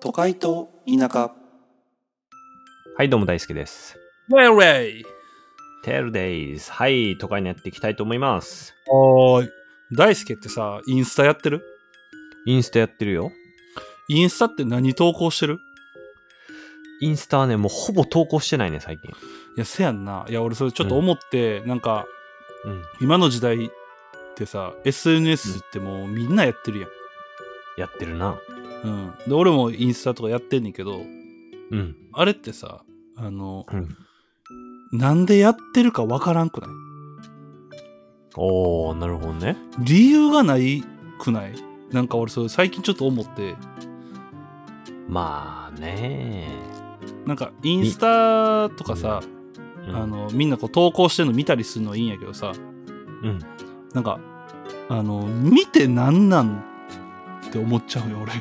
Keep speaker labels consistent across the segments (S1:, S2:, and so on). S1: 都会と田舎
S2: はい、どうも大輔です。
S3: レイレイ
S2: テールデイズ。はい、都会にやっていきたいと思います。
S3: はーい。大輔ってさ、インスタやってる
S2: インスタやってるよ。
S3: インスタって何投稿してる
S2: インスタはね、もうほぼ投稿してないね、最近。
S3: いや、せやんな。いや、俺それちょっと思って、なんか、
S2: うん。
S3: 今の時代ってさ、SNS ってもうみんなやってるや
S2: やってるな。
S3: ん。うん。で、俺もインスタとかやってんねんけど、
S2: うん。
S3: あれってさ、あの、
S2: うん。
S3: なんでやってるかわからんくない
S2: おー、なるほどね。
S3: 理由がないくないなんか俺それ最近ちょっと思って、
S2: まあね
S3: なんかインスタとかさ、
S2: うん
S3: あの、みんなこう投稿してるの見たりするのいいんやけどさ、
S2: うん。
S3: なんか、あの、見てなんなんって思っちゃうよ、俺。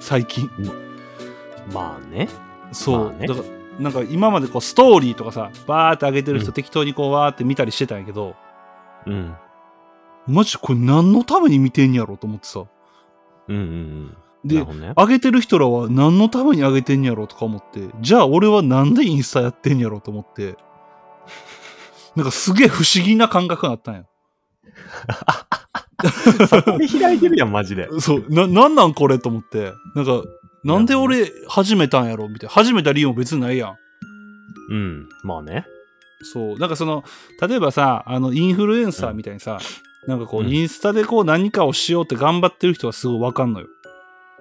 S3: 最近。
S2: まあね。
S3: そう。
S2: まあね
S3: だから、なんか今までこう、ストーリーとかさ、バーって上げてる人、
S2: うん
S3: 適当にこう、わーって見たりしてたんやけど、
S2: うん。
S3: マジこれ何のために見てんやろと思ってさ。
S2: うんうんうん。なる
S3: で、
S2: ほどね。
S3: 上げてる人らは何のために上げてんやろとか思って、じゃあ俺はなんでインスタやってんやろと思って、なんかすげえ不思議な感覚があったんや。
S2: これ開いてるやん、マジで。
S3: そう、な、なんなんこれと思って。なんか、なんで俺始めたんやろみたいな。始めた理由も別にないやん。
S2: うん。まあね。
S3: そう。なんかその、例えばさ、あの、インフルエンサーみたいにさ、なんかこう、
S2: うん
S3: インスタでこう何かをしようって頑張ってる人はすごいわかんのよ。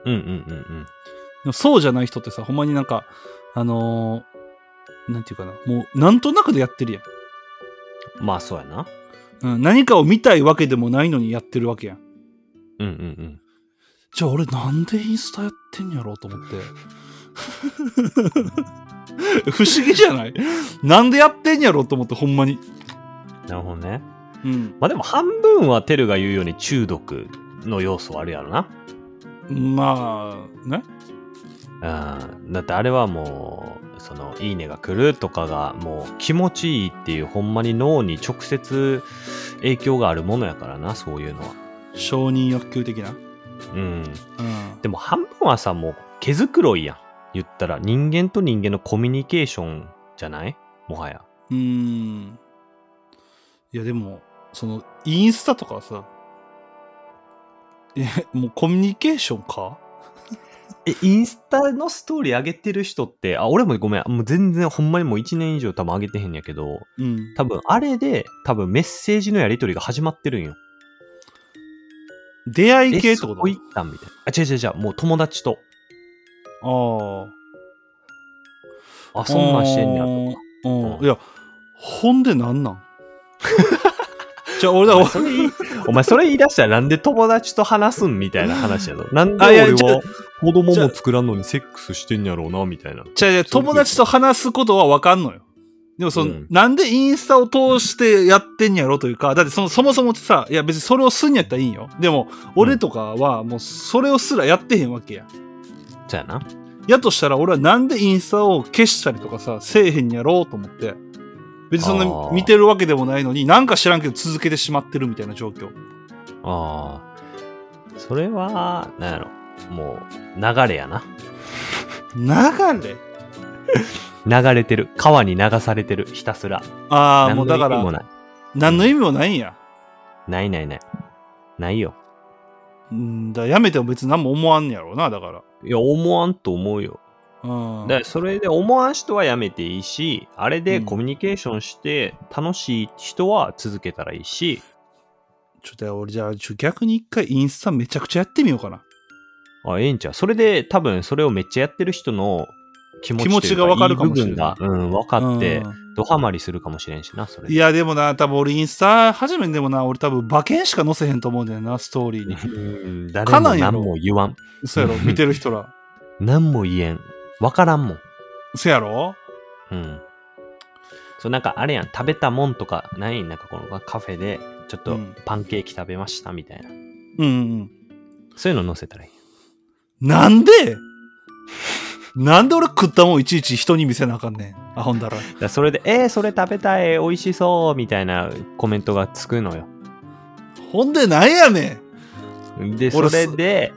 S2: うんうんうんうん。
S3: でもそうじゃない人ってさ、ほんまになんか、あのーなんていうかな、もう、なんとなくでやってるやん。
S2: まあそうやな。
S3: うん、何かを見たいわけでもないのにやってるわけやん。
S2: うんうん
S3: じゃあ俺なんでインスタやって んやろうと思って。不思議じゃないなんでやってんやろうと思ってほんまに。
S2: うん。なるほどね。
S3: うん。
S2: まあでも半分はテルが言うように中毒の要素はあるやろな。
S3: まあ、ね。
S2: うんだってあれはもうその「いいね」が来るとかがもう気持ちいいっていうほんまに脳に直接影響があるものやからなそういうのは
S3: 承認欲求的な。
S2: うん
S3: うん。
S2: でも半分はさもう毛づくろいやん言ったら人間と人間のコミュニケーションじゃないもはや
S3: うーん。いや、でも、その、インスタとかはさ、え、もうコミュニケーションか
S2: えインスタのストーリー上げてる人ってあ俺もごめんもう全然ほんまにもう1年以上多分上げてへんやけど
S3: うん。
S2: 多分あれで多分メッセージのやり取りが始まってるんよ
S3: 出会い系
S2: え
S3: って
S2: そ
S3: こと
S2: こ行ったんみたいなあ違う違う違うもう友達と
S3: あ
S2: あ、
S3: あ。
S2: そんなんしてんねやとか。
S3: うん。
S2: う
S3: うんん。いや、ほんでなん なんじゃあ、俺だ、俺
S2: それ言いお前それ言い出したらなんで友達と話すんみたいな話やろ。なんで
S3: あいや
S2: 俺
S3: ちょ
S2: は子供
S3: ちょ
S2: も作らんのにセックスしてんやろうな、みたいな。
S3: じゃあじゃあ友達と話すことは分かんのよ。でもその、
S2: うん
S3: なんでインスタを通してやってんやろというか、だってそのそもそもさ、いや別にそれをすんやったらいいんよ。でも、俺とかはもうそれをすらやってへんわけや。
S2: じゃあな。
S3: やとしたら俺はなんでインスタを消したりとかさ、せえへんやろうと思って。別にそん
S2: あ
S3: な
S2: ー
S3: 見てるわけでもないのに、なんか知らんけど続けてしまってるみたいな状況。
S2: ああ。それは、なんやろ。もう、流れやな。
S3: 流れ
S2: 流れてる。川に流されてる。ひたすら。
S3: ああ、
S2: 何
S3: も
S2: の
S3: うだから
S2: 意味も、ない。
S3: 何の意味もないんや。
S2: ないないない。ないよ。
S3: うんだからやめても別に何も思わんねやろうな、だから。
S2: いや、思わんと思うよ。
S3: うん。
S2: だからそれで思わん人はやめていいし、あれでコミュニケーションして楽しい人は続けたらいいし、
S3: ちょっと俺じゃあちょ逆に一回インスタめちゃくちゃやってみようかな。
S2: あ、ええんちゃうそれで多分それをめっちゃやってる人の気持ち
S3: 気持ちが
S2: 分
S3: わかるかもしれない
S2: 部分が、うん、分かって、
S3: う
S2: ドハマりするかもしれんしな、それ
S3: んい
S2: で。
S3: やでもな、多分俺インスタ始めんでもな、俺多分馬券しか載せへんと思うんだよな、ストーリー に。
S2: うん
S3: か
S2: 誰も
S3: なんや
S2: 何
S3: ろ
S2: も言わん。
S3: そうやろ、見てる人ら。
S2: 何も言えん。分からんもん。
S3: そうやろ
S2: うん。そう、なんかあれやん、食べたもんとか、ないなんかこのカフェで、ちょっ
S3: う
S2: と
S3: ん
S2: パンケーキ食べましたみたいな。
S3: うんうん
S2: そういうの載せたらいい。
S3: うん。なんでなんで俺食ったもんいちいち人に見せなあかんねん。あほんだら。
S2: だからそれで、えー、それ食べたい、美味しそう、みたいなコメントがつくのよ。
S3: ほんでなんやねん。
S2: で、そ
S3: 俺
S2: れで、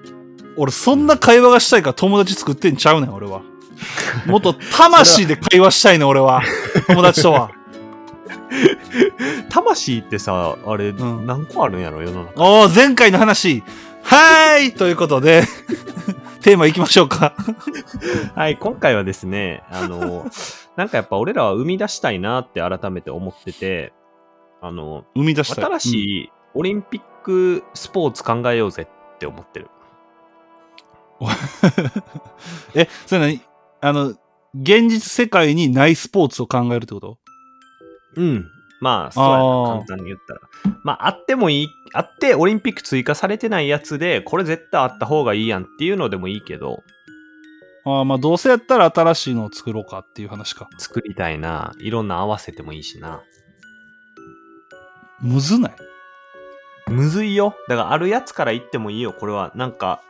S3: 俺そんな会話がしたいから友達作ってんちゃうねん、俺は。もっと魂で会話したいねん、俺は。友達と は。
S2: 魂ってさ、あれ、
S3: うん
S2: 何個あるんやろ、世の中。
S3: おー、前回の話。はーいということで、テーマいきましょうか。
S2: はい、今回はですね、あ の、なんかやっぱ俺らは生み出したいなって改めて思ってて、あの、
S3: 生み出したい。
S2: 新し
S3: い。
S2: いオリンピックスポーツ考えようぜって思ってる。
S3: え、それ何あの、現実世界にないスポーツを考えるってこと
S2: うん。まあ、そうや
S3: あ
S2: な
S3: ー、
S2: 簡単に言ったら。まあ、あってもいい、あってオリンピック追加されてないやつで、これ絶対あった方がいいやんっていうのでもいいけど、
S3: ああ、まあどうせやったら新しいのを作ろうかっていう話か。
S2: 作りたいな、いろんな合わせてもいいしな。
S3: むずない
S2: むずいよ。だからあるやつから言ってもいいよ、これは。なんか、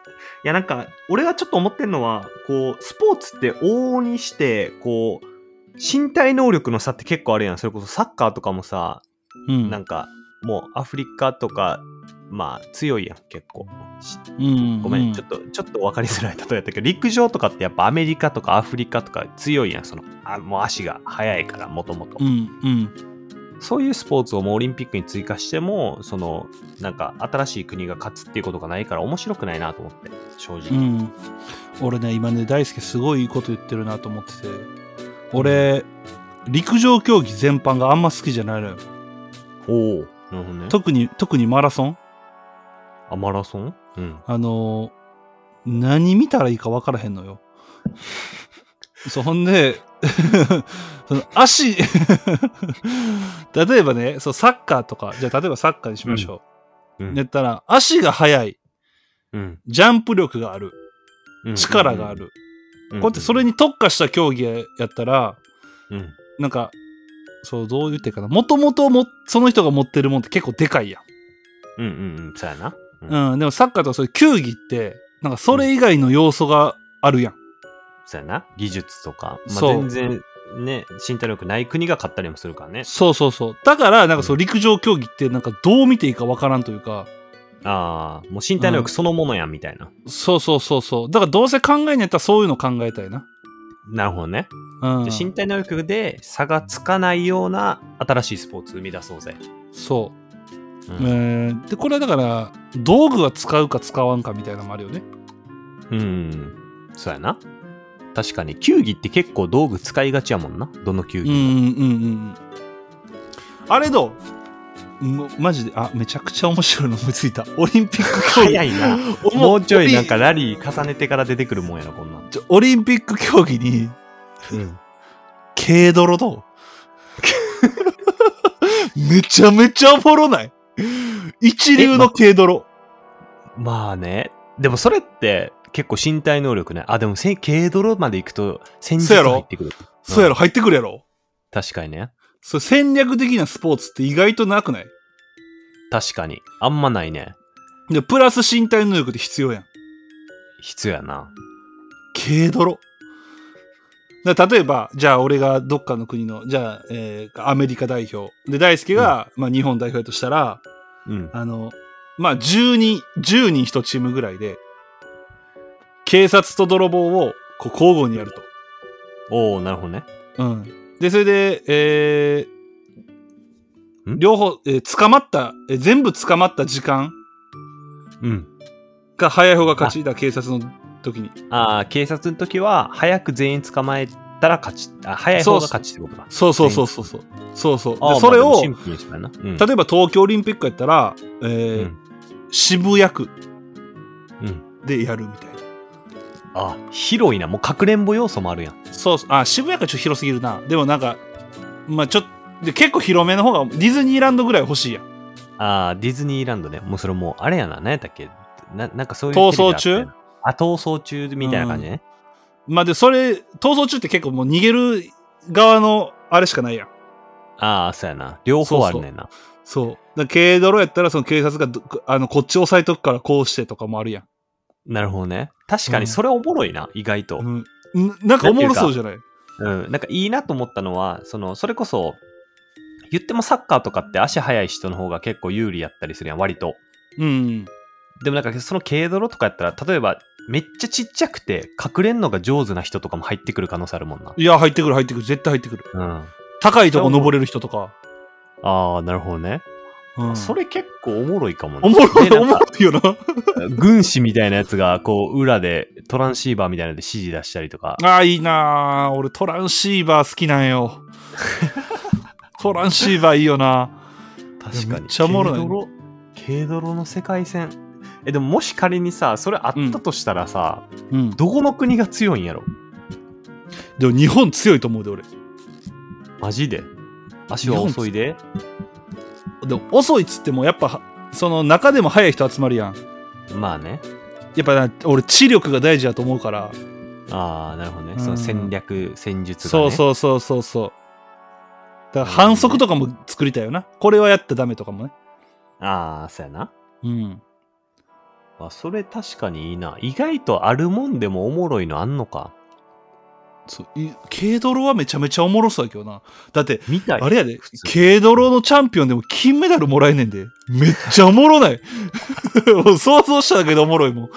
S2: いやなんか、俺がちょっと思ってんのは、こう、スポーツって往々にして、こう、身体能力の差って結構あるやん。それこそサッカーとかもさ、
S3: うん。
S2: なんか、もうアフリカとか、まあ強いやん、結構。し
S3: うん、
S2: ごめん、
S3: う
S2: ちょっと、ちょっと分かりづらい例えやったけど、陸上とかってやっぱアメリカとかアフリカとか強いやん、その、あもう足が速いから、もともと
S3: う。ん、うん。
S2: そういうスポーツをもうオリンピックに追加しても、その、なんか新しい国が勝つっていうことがないから面白くないなと思って、正
S3: う
S2: 直。
S3: ん、俺ね今ね大輔すごいいいこと言ってるなと思ってて俺陸上競技全般があんま好きじゃないのよ
S2: おお。なるほどね。
S3: 特に特にマラソン
S2: あ、マラソンうん。
S3: あのー何見たらいいか分からへんのよ そうほんで その足 例えばねそうサッカーとかじゃあ例えばサッカーにしましょ
S2: う
S3: う、
S2: ん
S3: やったら足が速い
S2: うん。
S3: ジャンプ力がある
S2: うん
S3: 力があ。る、こうやってそれ
S2: に。
S3: に特化した競技やったら、
S2: うん。
S3: なんか、そう、どう言ってるかな。もともとも、その人が持ってるもんって結構でかいや
S2: うんうんうん。そうやな。
S3: ん。うん。でもサッカーとかそういう球技って、なんかそれ以外の要素があるやん。
S2: そうやな。技術とか。まあ、
S3: そう
S2: 全然、ね、身体能力ない国が勝ったりもするからね。
S3: そうそうそう。だから、なんかそう、陸上競技ってなんかどう見ていいかわからんというか、
S2: ああ、もう身体能力そのものやんみたいな。
S3: そうそうそうそう。だからどうせ考えんやったらそういうの考えたいな。
S2: なるほどね。
S3: うん
S2: じゃ。あ身体能力で差がつかないような新しいスポーツ生み出そうぜ。
S3: そうう。
S2: ん
S3: えーで、これはだから、道具は使うか使わんかみたいなのもあるよね。
S2: うん、そうやな。確かに、球技って結構道具使いがちやもんな。どの球
S3: うんう
S2: 技も。
S3: んうんうん。あれどうもマジで、あ、めちゃくちゃ面白いの思いついた。オリンピック競技。
S2: 早いな。
S3: おも
S2: もうちょいなんかラリー重ねてから出てくるもんやな、こんなん。
S3: ちょオリンピック競技に、
S2: うん、
S3: 軽泥どう めちゃめちゃおもろない。一流の軽泥。
S2: まあね。でもそれって結構身体能力ね。あ、でもせ軽泥まで行くと戦
S3: そ
S2: 術
S3: うやろ
S2: 入ってくる。
S3: そうやろ、入ってくるやろ。
S2: 確かにね。
S3: そう戦略的なスポーツって意外となくない
S2: 確かに。あんまないね。
S3: で、プラス身体能力って必要やん。
S2: 必要やな。
S3: 軽泥。だから例えば、じゃあ俺がどっかの国の、じゃあ、えーアメリカ代表。で、大輔が、まあ日本代表やとしたら、
S2: うん。
S3: あの、まあ10人、10人1チームぐらいで、警察と泥棒をこう交互にやる
S2: おおなるほどね。
S3: と。うん。で、それで、えー
S2: ん
S3: 両方、えー捕まった、えー全部捕まった時間
S2: うん。
S3: が早い方が勝ちだ、警察の時に。
S2: ああ、警察の時は早く全員捕まえたら勝ち。あ早い方が勝ちってことだ。
S3: そうそうそうそうそう。そうそう。
S2: あ
S3: で、
S2: ー
S3: それ
S2: まあ
S3: を、
S2: でもシンプルにしたな。うん
S3: 例えば東京オリンピックやったら、えー
S2: うん
S3: 渋谷区
S2: うん。
S3: でやるみたいな。
S2: あ、広いな。もうかくれんぼ要素もあるやん。
S3: そうそうあ、渋谷区ちょっと広すぎるな。でもなんか、まあちょっと、で結構広めの方がディズニーランドぐらい欲しいやん。
S2: あーディズニーランドね。もうそれもう、あれやな。何やったっけななんかそういう。
S3: 逃走中
S2: あ、逃走中みたいな感じね。
S3: まあで、それ、逃走中って結構もう逃げる側のあれしかないやん。
S2: ああ、そうやな。両方あるねんな。
S3: そう。だから軽泥やったらその警察がどあのこっち押さえとくからこうしてとかもあるやん。
S2: なるほどね。確か
S3: うん
S2: にそれおもろいな、意外と。
S3: うん、ななんかおもろそうじゃない
S2: うん。なんかいいなと思ったのは、その、それこそ、言ってもサッカーとかって足速い人の方が結構有利やったりするやん、割と。
S3: うん。
S2: でもなんかその軽泥とかやったら例えばめっちゃちっちゃくて隠れんのが上手な人とかも入ってくる可能性あるもんな。
S3: いや、入ってくる、入ってくる。絶対入ってくる。
S2: うん、あ
S3: 高いとこ登れる人とか。
S2: あなるほどね、
S3: うん
S2: それ結構おもろいかもね
S3: おもろい、
S2: で
S3: おも
S2: なん
S3: ろ
S2: か
S3: いよな。
S2: 軍師みたいなやつがこう裏でトランシーバーみたいなので指示出したりとか
S3: ああ、いいなー俺、トランシーバー好きなん よ。トランシーバーいいよな。
S2: 確
S3: いや
S2: かに
S3: めっちゃおもろい
S2: 軽泥軽泥の世界線えでももし仮にさそれあったとしたらさ、
S3: うん。
S2: どこの国が強いんやろ
S3: でも、日本強いと思うで、俺。
S2: マジで足は遅いで
S3: でも、遅いっつっても、やっぱ、その中でも早い人集まるやん。
S2: まあね
S3: やっぱな、俺、知力が大事だと思うから。
S2: ああなるほどね、
S3: うん
S2: その戦略戦術が、
S3: そ
S2: ね、
S3: うそうそうそうそう。だから、反則とかも作りたいよな。これはやったらダメとかもね。
S2: ああそうやな
S3: うん。
S2: あそれ確かにいいな意外とあるもんでもおもろいのあんのか
S3: そうい軽泥はめちゃめちゃおもろそうやけどな。だって、
S2: みたい
S3: あれやで
S2: 普、通
S3: 軽泥のチャンピオンでも金メダルもらえねんで。めっちゃおもろない。 もう想像しただけでおもろいもん。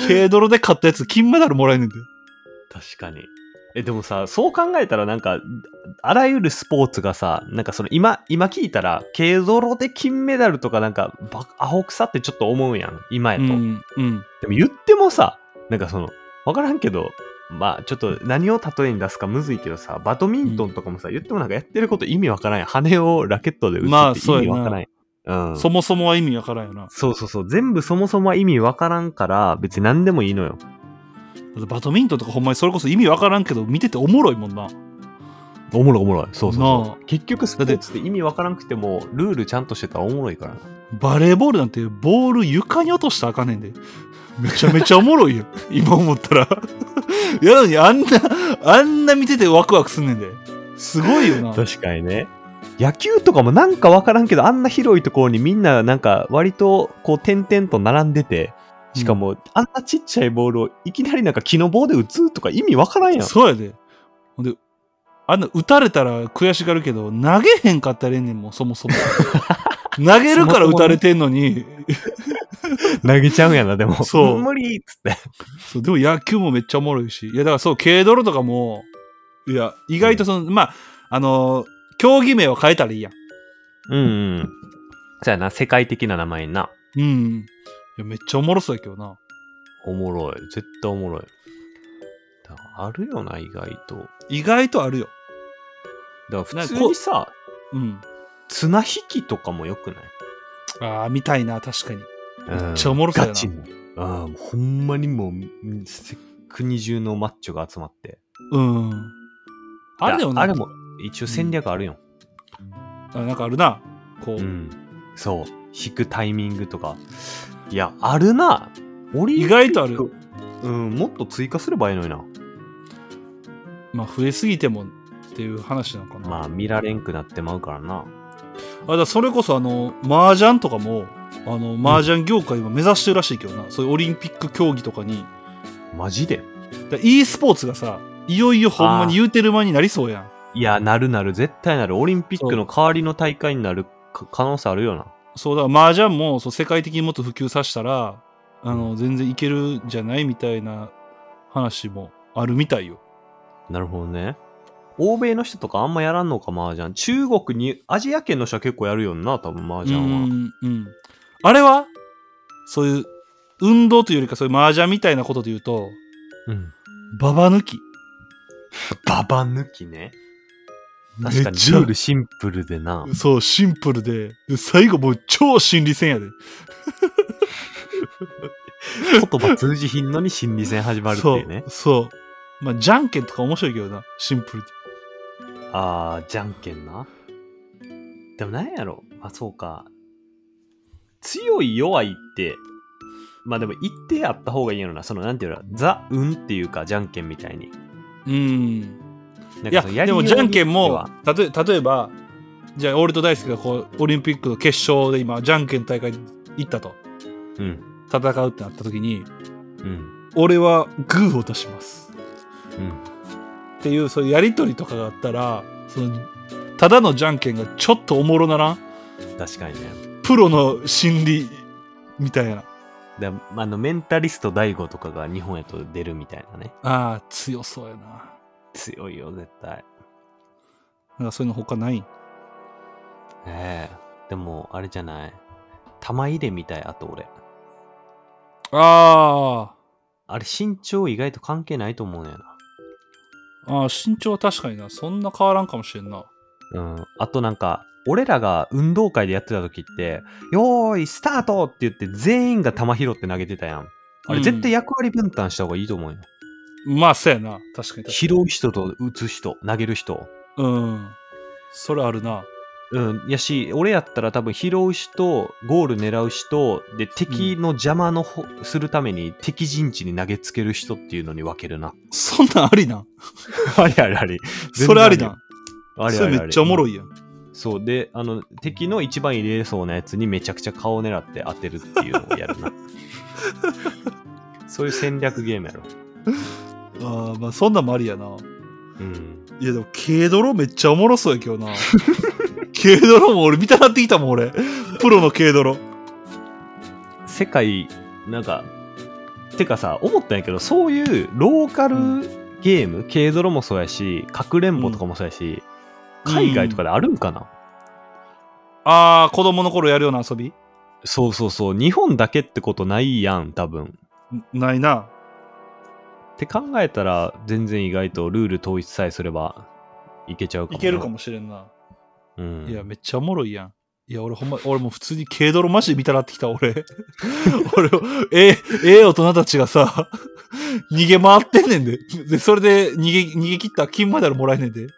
S3: 軽泥で勝ったやつ金メダルもらえねんで。
S2: 確かにえでもさそう考えたらなんかあらゆるスポーツがさなんかその今今聞いたら軽泥で金メダルとかなんかバアホ臭ってちょっと思うやん今や
S3: う
S2: と、
S3: ん、うん。
S2: でも言ってもさなんかその分からんけどまあちょっと何を例えに出すかむずいけどさバドミントンとかもさ、言ってもなんかやってること意味わからんやん羽をラケットで打つ
S3: まあ
S2: って意味わからんやん、うん、
S3: そもそもは意味わからんよな。
S2: そうそうそう全部そもそもは意味わからんから別に何でもいいのよ
S3: バドミントンとかほんまにそれこそ意味わからんけど、見てておもろいもんな。
S2: おもろいおもろいそうそうそう
S3: なあ
S2: 結局スポーツって意味わからなくてもルールちゃんとしてたらおもろいからな
S3: バレーボールなんてボール床に落としたらあかんねんで。めちゃめちゃおもろいよ。 今思ったら。 やのにあんな、あんな見ててワクワクすんねんで。すごいよな。
S2: 確かにね野球とかもなんかわからんけどあんな広いところにみんななんか割とこう点々と並んでてしかも、あんなちっちゃいボールをいきなりなんか木の棒で打つとか意味わからんや ん
S3: そうやで。ほんで、あんな打たれたら悔しがるけど、投げへんかったらええねんもん、そも そも。投げるから打たれてんのに、
S2: 投げちゃうんやなでも
S3: そう
S2: 無理っつって
S3: そうでも野球もめっちゃおもろいし、いや、だからそう、軽泥とかも、いや、意外とその、まあ、あの競技名を変えたらいいやん。
S2: うんうんそやな世界的な名前にな
S3: うん。いや、めっちゃおもろそうやけどな。
S2: おもろい絶対おもろいだからあるよな意外とだか
S3: 意外とあるよ。
S2: ら普通にさ
S3: うん。
S2: 綱引きとかもよくない
S3: ああ、見たいな、確かに。
S2: め
S3: めっちゃおもろそうやな
S2: ガチのああほんまにもううん国中のマッチョが集まって
S3: うん。あれだよ
S2: いや
S3: な。
S2: あれも一応戦略あるよ、
S3: あなんかあるな。こう。
S2: うんそう引くタイミングとかいやあるなオリンピッ
S3: 意外
S2: ク
S3: とある。
S2: うんもっと追加すればいいのにな
S3: まあ、増えすぎてもっていう話なのかな。
S2: まあ見られんくなってまうからな
S3: あ、だからそれこそあの麻雀とかもあの麻雀業界は目指してるらしいけどな、そういうオリンピック競技とかに
S2: マジで
S3: だ e スポーツがさいよいよほんまに言うてる間になりそうやん
S2: いやなるなる絶対なるオリンピックの代わりの大会になるか可能性あるよな
S3: そうだから麻雀もそう世界的にもっと普及させたらあの全然いけるんじゃないみたいな話もあるみたいよ
S2: なるほどね欧米の人とかあんまやらんのか麻雀中国にアジア圏の人は結構やるよな多分麻雀は
S3: うんうんあれはそういう運動というよりかそういう麻雀みたいなことで言うと
S2: うん
S3: ババ抜き
S2: ババ抜きね
S3: め
S2: 確か
S3: っ
S2: に
S3: ち
S2: ル
S3: ゃ
S2: ールシンプルでな
S3: そう、シンプルで、で最後もう超心理戦やで。
S2: 言葉通じひんのに心理戦始まるって
S3: そ
S2: いうね
S3: う、そう。まあ、じゃんけんとか面白いけどな、シンプルで。
S2: あーじゃんけんなでもなんやろまあそうか強い弱いってまあでも一定あった方がいいやろなそのなんていうのザ・運っていうかじゃんけんみたいに
S3: うん。
S2: なん
S3: い
S2: か
S3: や、
S2: そのやり
S3: でもじゃんけん
S2: よう
S3: も
S2: によ、
S3: 例え例えば、じゃあ、俺と大輔がこう、オリンピックの決勝で今、じゃんけん大会行ったと。
S2: っては
S3: 戦うってなった時に、
S2: うんうん
S3: 俺はグーを出します。
S2: うん
S3: っていう、そういうやりとりとかがあったら、その、ただのじゃんけんがちょっとおもろならん
S2: 確かにね
S3: プロの心理みたいな。
S2: だあのメンタリスト大悟とかが日本へと出るみたいなね
S3: ああ、強そうやな。
S2: 強いよ絶対
S3: なんかそういうの他ない
S2: ええでもあれじゃない玉入れみたいあと俺
S3: あ
S2: あれ身長意外と関係ないと思うねんな
S3: あ、ああ、身長は確かにな。そんな変わらんかもしれんな。
S2: うんあとなんか俺らが運動会でやってた時って「よーいスタート!」って言って全員が球拾って投げてたやんあれ絶対役割分担した方がいいと思うよ、
S3: まあ、そうやな。確かに確
S2: 拾う人と打つ人投げる人
S3: かに。うん。それあるな。
S2: うん、やし俺やったら多分拾う人ゴール狙う人で敵の邪魔のほ、するために敵陣地に投げつける人っていうのに分ける な
S3: そんなんありな。
S2: ありありあり全然
S3: それありな。
S2: あり
S3: そ
S2: あり
S3: れめっちゃおもろ
S2: い
S3: いやん。
S2: そうであの敵の一番入れそうなやつにめちゃくちゃ顔を狙って当てるっていうのをや るなそういう戦略ゲームやろ
S3: ああ、まあ、そんなんもありやな。
S2: うん
S3: いやでも軽泥めっちゃおもろそうや今日な 軽泥も俺見たなってきたもん俺プロの軽泥
S2: 世界なんかてかさ思ったんやけどそういうローカル
S3: うん
S2: ゲーム、軽泥もそうやしかくれんぼとかもそうやし、海外とか
S3: で、
S2: であるんかな、
S3: ああ子供の頃やるような遊び
S2: そうそうそう日本だけってことないやん多分
S3: んないな
S2: って考えたら全然意外とルール統一さえすればいけちゃうかも
S3: い
S2: な
S3: けるかもしれんな、
S2: うん、
S3: いやめっちゃおもろいやんいや俺ほんま俺もう普通に軽泥マジで見たなってきた俺 俺ええええ大人たちがさ逃げ回ってんねんででそれで逃げ逃げ切ったら金メダルもらえんねんでめっ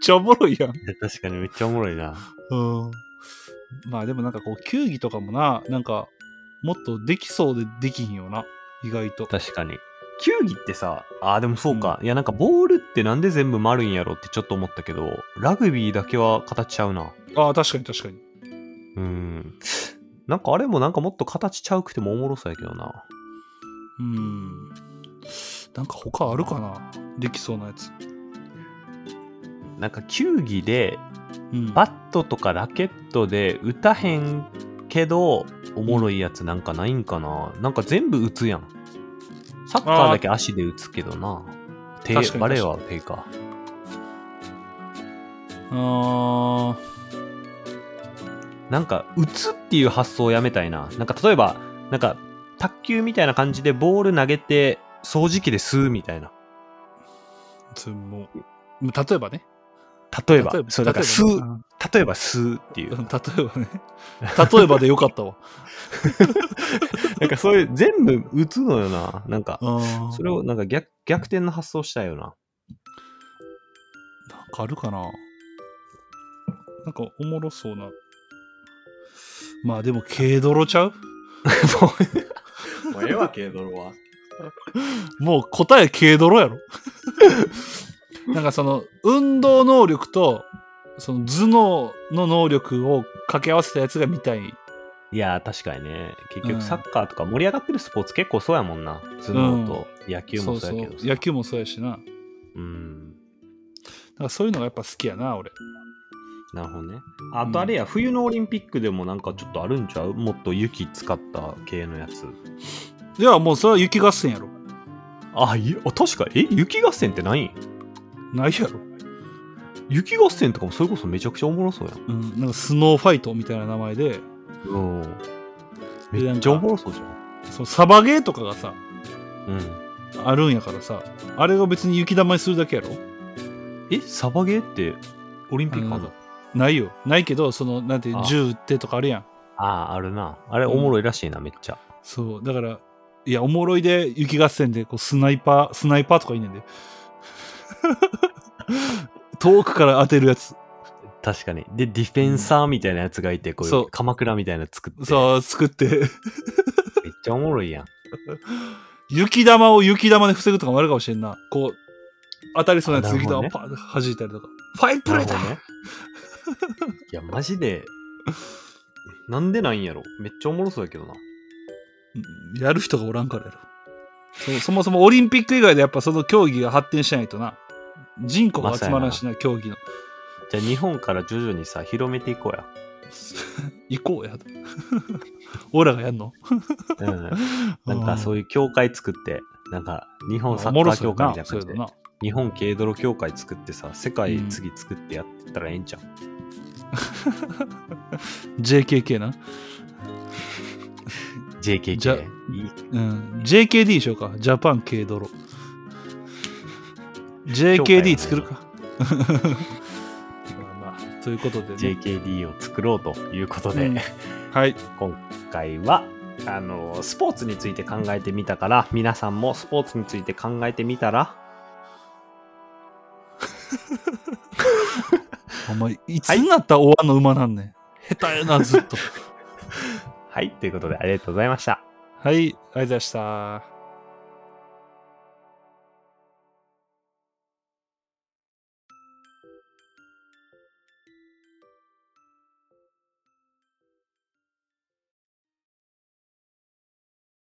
S3: ちゃおもろいやん
S2: 確かにめっちゃおもろいな
S3: うん。まあでもなんかこう、球技とかもな、なんか、もっとできそうでできひんよな、意外と。
S2: 確かに球技ってさあーでもそうか、いやなんかボールってなんで全部丸いんやろってちょっと思ったけどラグビーだけは形ちゃうな
S3: ああ、確かに確かに。
S2: うんなんかあれもなんかもっと形ちゃうくてもおもろそうやけどな
S3: うん。なんか他あるかなできそうなやつ。
S2: なんか球技で
S3: うん。
S2: バットとかラケットで打たへんけどおもろいやつなんかないんかな、なんか全部打つやんサッカーだけ足で打つけどな手
S3: 確かに
S2: バレーは手か
S3: あ
S2: なんか打つっていう発想をやめたいななんか例えばなんか卓球みたいな感じでボール投げて掃除機で吸うみたいな
S3: ーそれもう、例えばね。
S2: 例え
S3: 例
S2: ば
S3: えば、
S2: そうだから吸
S3: 例え
S2: う
S3: ばね
S2: 例えば吸うっていうう
S3: 例
S2: ん
S3: えばね。例えばでよかった わ。
S2: なんかそういう全部打つのよななんか
S3: ああ。
S2: それをなんか逆逆転の発想したいよな
S3: なんかあるかななんかおもろそうな。まあでも、軽泥ちゃ う
S2: もうええわけドロは
S3: もう答え軽泥やろ。 なんかその運動能力とその頭脳の能力を掛け合わせたやつが見たい。
S2: いやー確かにね結
S3: うん
S2: 局サッカーとか盛り上がってるスポーツ結構そうやもんな頭脳と野球もそうやけどさ
S3: 野球もそうやしな。なん
S2: うん
S3: かそういうのがやっぱ好きやな、俺。
S2: なるほどねあとあれや、冬のオリンピックでもなんかちょっとあるんちゃうもっと雪使った系のやつ
S3: いや、もうそれは雪合戦やろ。
S2: あいあ確かえ雪合戦って何
S3: ないやろ。
S2: 雪合戦とかもそれこそめちゃくちゃおもろそうやん
S3: うん。なんかスノーファイトみたいな名前で、
S2: うん
S3: で
S2: めっちゃおもろそうじゃん
S3: そのサバゲーとかがさ、
S2: うん
S3: あるんやからさ、あれが別に雪玉にするだけやろ。
S2: えサバゲーってオリンピックあるの
S3: ないよ。ないけど、その、なんていう
S2: あ
S3: 銃撃ってとかあるやん。
S2: あああるなあれおもろいらしいな、めっちゃ
S3: そう、だから、いや、おもろいで、雪合戦で、こう、スナイパー、スナイパーとかいいねんで。 遠くから当てるやつ。
S2: 確かにでディフェンサーみたいなやつがいてこうい
S3: そう
S2: う鎌倉みたいなの作って
S3: そう、作って。
S2: めっちゃおもろいやん
S3: 雪玉を雪玉で防ぐとかもあるかもしれんな。こう、当たりそうなやつ、
S2: あな
S3: 雪
S2: るほ
S3: 玉
S2: ど
S3: を
S2: ね
S3: パーンと弾いたりとか。ファインプレーだ、
S2: なるほどねいやマジでなんでなんやろめっちゃおもろそうやけどな
S3: うんやる人がおらんからやろ。そうそもそもオリンピック以外でやっぱその競技が発展しないとな。人口が集まらんしな、競技の。
S2: じゃあ日本から徐々にさ広めていこうや
S3: 行こうや。 俺らがやんの
S2: うん、なんかそういう協会作って、なんか日本サ
S3: お
S2: ッ
S3: も
S2: カ
S3: ろ
S2: ー
S3: そう
S2: 協
S3: や
S2: 会みたい
S3: な
S2: な
S3: そ
S2: 感
S3: う
S2: じ
S3: や
S2: で、
S3: な。
S2: 日本軽泥協会作ってさ、世界
S3: うん
S2: 次作ってやってったらええんちゃう、
S3: JKK な。
S2: ?JKK。
S3: じゃ
S2: いい
S3: うん。JKD でしようか。ジャパン軽泥。
S2: 評価やね
S3: JKD 作るか。 まあまあということでね。
S2: JKD を作ろうということで、
S3: うんはい。
S2: 今回はあのスポーツについて考えてみたから皆さんもスポーツについて考えてみたら
S3: お前、いつになったら終わんの馬なんねん。下手やな、ずっと。
S2: はいということでありがとうございました。
S3: はい、ありがとうございました。